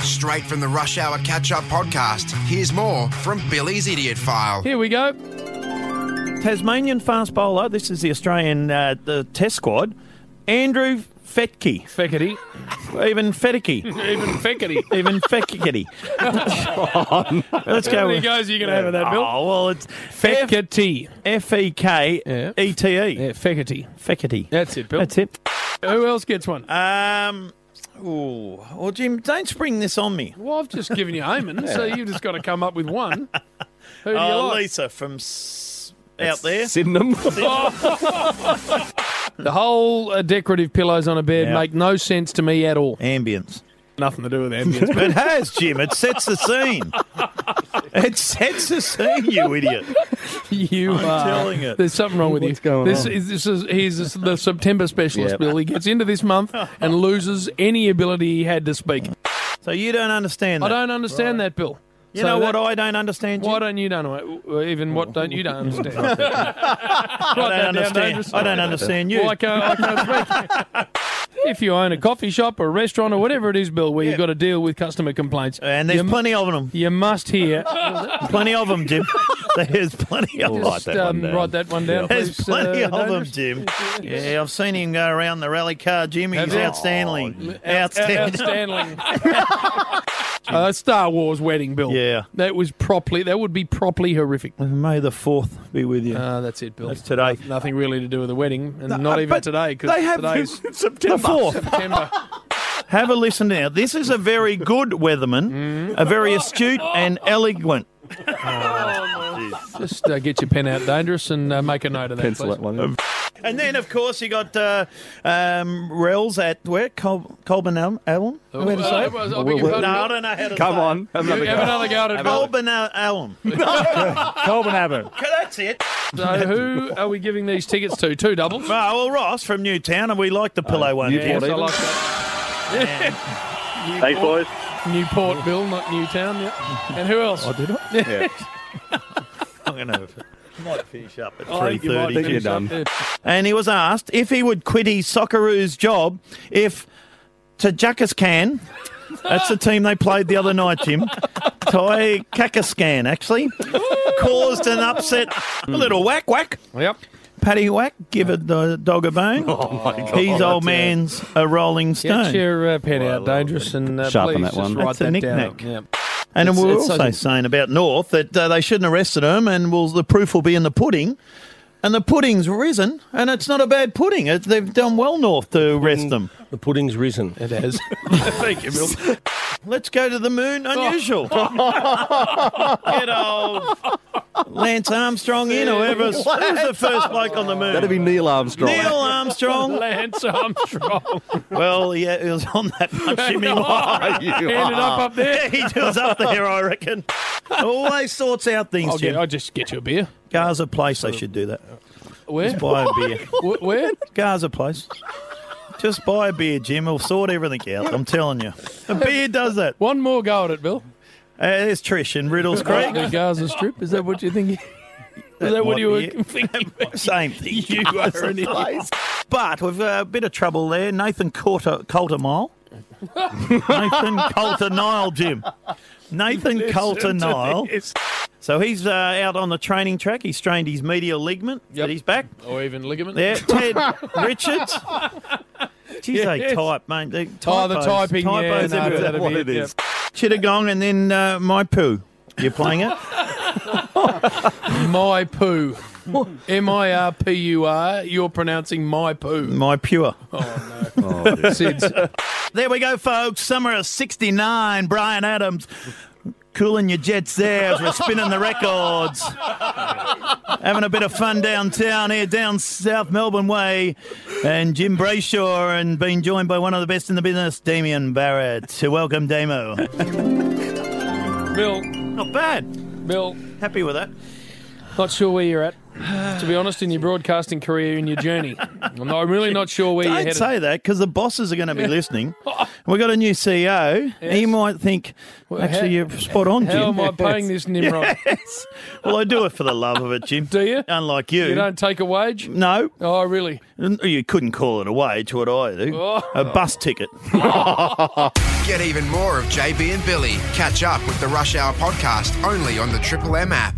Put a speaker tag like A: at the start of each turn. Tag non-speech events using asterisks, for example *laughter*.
A: straight from the Rush Hour Catch Up podcast. Here's more from Billy's Idiot File.
B: Here we go.
C: Tasmanian fast bowler. This is the Australian uh, the test squad. Andrew Fetke,
B: Feckety.
C: even Fetke,
B: Even Feckety. *laughs*
C: even Fetke. Let's go.
B: There
C: with-
B: he goes. You're going to have that, Bill.
C: Oh well, it's
B: Feckety.
C: F E K
B: Yeah.
C: E T E.
B: Yeah, Feckety.
C: Fecity.
B: That's it, Bill.
C: That's it.
B: Who else gets one?
C: Um. Ooh. Well, Jim, don't spring this on me.
B: Well, I've just given you Omen, so you've just got to come up with one. Who do you
C: Oh,
B: like?
C: Lisa from s- out there.
D: Sydenham.
B: The whole uh, decorative pillows on a bed
C: Yeah.
B: make no sense to me at all.
C: Ambience.
B: *laughs* Nothing to do with ambience.
C: It has, Jim. It sets the
B: *laughs*
C: scene. It sets the scene, you idiot.
B: you are.
C: telling it.
B: There's something wrong with
D: What's
B: you.
D: going
B: this
D: on?
B: is this is he's the September specialist,
D: Yep.
B: Bill. He gets into this month and loses any ability he had to speak.
C: So you don't understand that.
B: I don't understand that, Bill.
C: you
B: So
C: know
B: that-
C: what I don't understand, Jim?
B: Why don't you don't know? Even what don't you don't understand? Write
C: I
B: that down,
C: don't understand. I don't understand you.
B: Well, I can't, I can't
C: *laughs*
B: speak. if you own a coffee shop or a restaurant or whatever it is, Bill, where you've got to deal with customer complaints,
C: Uh, And there's Oh,
B: you,
C: plenty of them.
B: you must hear.
C: Plenty of
B: *laughs*
C: them, Jim. There's plenty of them.
B: Just, um, write that one down.
C: There's
B: please,
C: plenty
B: uh,
C: of
B: don't
C: *laughs* them,
B: just- *laughs*
C: Jim. Yeah, I've seen him go around the rally car, Jim.
B: Have
C: He's
B: you? Oh,
C: outstanding. outstanding.
B: Outstanding. *laughs*
C: *laughs*
B: uh, Star Wars wedding, Bill.
C: Yeah.
B: that was properly. That would be properly horrific.
C: *laughs* May the 4th be with you.
B: Uh, that's it, Bill.
C: That's today.
B: Nothing really to do with the wedding, and
C: No, uh,
B: not even
C: but
B: today because
C: they have
B: today's
C: September. *laughs* The *laughs* 4th.
B: September.
C: Have a listen now. This is a very good
B: Mm-hmm.
C: weatherman, a very astute and eloquent.
B: Just uh, get your pen out, dangerous, and uh, make a note of that.
D: *laughs* Pencil
B: please.
D: that one.
B: *laughs*
D: in.
C: And then, of course, you got uh, um, Rels at where? Col- Colburn Allen? Allen?
B: Oh,
C: Where to say?
B: uh,
C: it?
B: well, I beg
D: Well,
B: your
D: well,
C: No,
B: pardon,
C: I
B: Bill.
C: don't know how to
D: Come
C: say it.
D: on, have another
B: Have
D: go.
B: another go at it, Bill.
C: Colburn Al-
D: *laughs*
C: Allen.
D: Colvin
C: *laughs*
D: Abbott.
C: That's it. *laughs*
B: So, who are we giving these tickets to? Two doubles.
C: Oh, well, Ross from Newtown, and we like the pillow one.
D: Uh, Newport,
C: Jim.
B: I like that.
E: Thanks, boys.
B: Newport, Bill, not Newtown. Yeah. And who else?
D: Yeah.
C: I'm going to... *laughs* Might finish up at
B: I think you might
C: 3.30.
D: Think you're
B: finish up
D: done.
B: there.
C: and he was asked if he would quit his Socceroos job if Tajakistan, that's the team they played the other night, Jim, Tajakistan actually, caused an upset. A little whack whack.
B: Yep.
C: Paddy whack, give a do- dog a bone. His old man's a rolling
B: Get
C: stone.
B: your uh, pen out, dangerous, and uh,
D: Sharpen
B: please
D: that one.
B: just write
C: That's a
B: that
C: knick-knack.
B: down.
C: And
D: It's-
C: we were
D: it's
C: also
D: such a-
C: saying about North that uh, they shouldn't have arrested him, and will the proof will be in the pudding. And the pudding's risen, and it's not a bad pudding. It, they've done well, North, to arrest
D: Mm.
C: them.
F: The pudding's risen.
B: Yeah. It has.
C: Thank you, Bill. Let's go to the
D: Oh.
C: moon.
D: *laughs*
C: Unusual. Get old. Lance Armstrong in, or whoever. Who's the first bloke on the moon?
D: That'd be Neil Armstrong.
C: Neil Armstrong.
D: *laughs*
B: Lance Armstrong.
C: Well, yeah, he was on
D: *laughs*
C: that one, *laughs* Jimmy.
D: Ah, *laughs* you
B: Ended
D: are.
B: up up there.
C: *laughs* he was up there, I reckon. Always sorts out things,
B: I'll, get,
C: Jim.
B: I'll just get you a beer.
C: Gaza Place, they should do that.
B: Where?
C: Buy a beer.
B: Wh- Where?
C: Gaza Place. Just buy a beer, Jim. We'll sort everything out. I'm telling you. A beer does that.
B: One more go at it, Bill.
C: Uh, there's Trish in Riddles
B: *laughs*
C: Creek.
B: The Gaza Strip. Is that what you're thinking?
C: *laughs*
B: Is that what
C: might
B: you were
C: be it.
B: thinking?
C: Same thing.
B: *laughs* You are an idiot.
C: But with a bit of trouble there, Nathan Coulter, Coulter Mile. Nathan Coulter Nile, Jim. Nathan
B: *laughs*
C: Coulter Nile. So he's uh, out on the training track. He strained his medial ligament, but he's back.
B: Or even ligament. *laughs*
C: There, Ted Richards. Geez,
B: Yes.
C: they type, mate. They,
B: Oh, the
C: typos-
B: typing.
C: Typos
B: yeah, no,
C: everywhere.
B: that'd be
D: What it
B: yeah.
D: is.
C: Chittagong and then uh, my poo. You're playing it?
B: My poo. M I R P U R. You're pronouncing my poo.
C: *laughs* my pure.
B: Sid's.
C: There we go, folks. Summer of 69. Brian Adams cooling your jets there for spinning the records. Having a bit of fun downtown here, down South Melbourne Way. And Jim Brayshaw, and being joined by one of the best in the business, Damien Barrett. So welcome, Damo.
B: Bill.
C: Not bad.
B: Bill.
C: Happy with that.
B: Not sure where you're at. to be honest, in your broadcasting career and your journey? I'm, not, I'm really not sure where you're
C: Don't
B: headed. Oh.
C: say that because the bosses are going to
B: *laughs*
C: be listening. We've got a new CEO. He might think,
B: how-
C: actually, you're spot on, Jim.
B: How
C: *laughs*
B: am I paying this Nimrod?
C: Yes. Well, I do it for the love of it, Jim.
B: *laughs* Do you?
C: Unlike you.
B: You don't take a wage?
C: no,
B: Oh, really?
C: you couldn't call it a wage, what I do.
B: Oh.
C: A bus ticket.
A: Get even more of JB and Billy. Catch up with the Rush Hour podcast only on the Triple M app.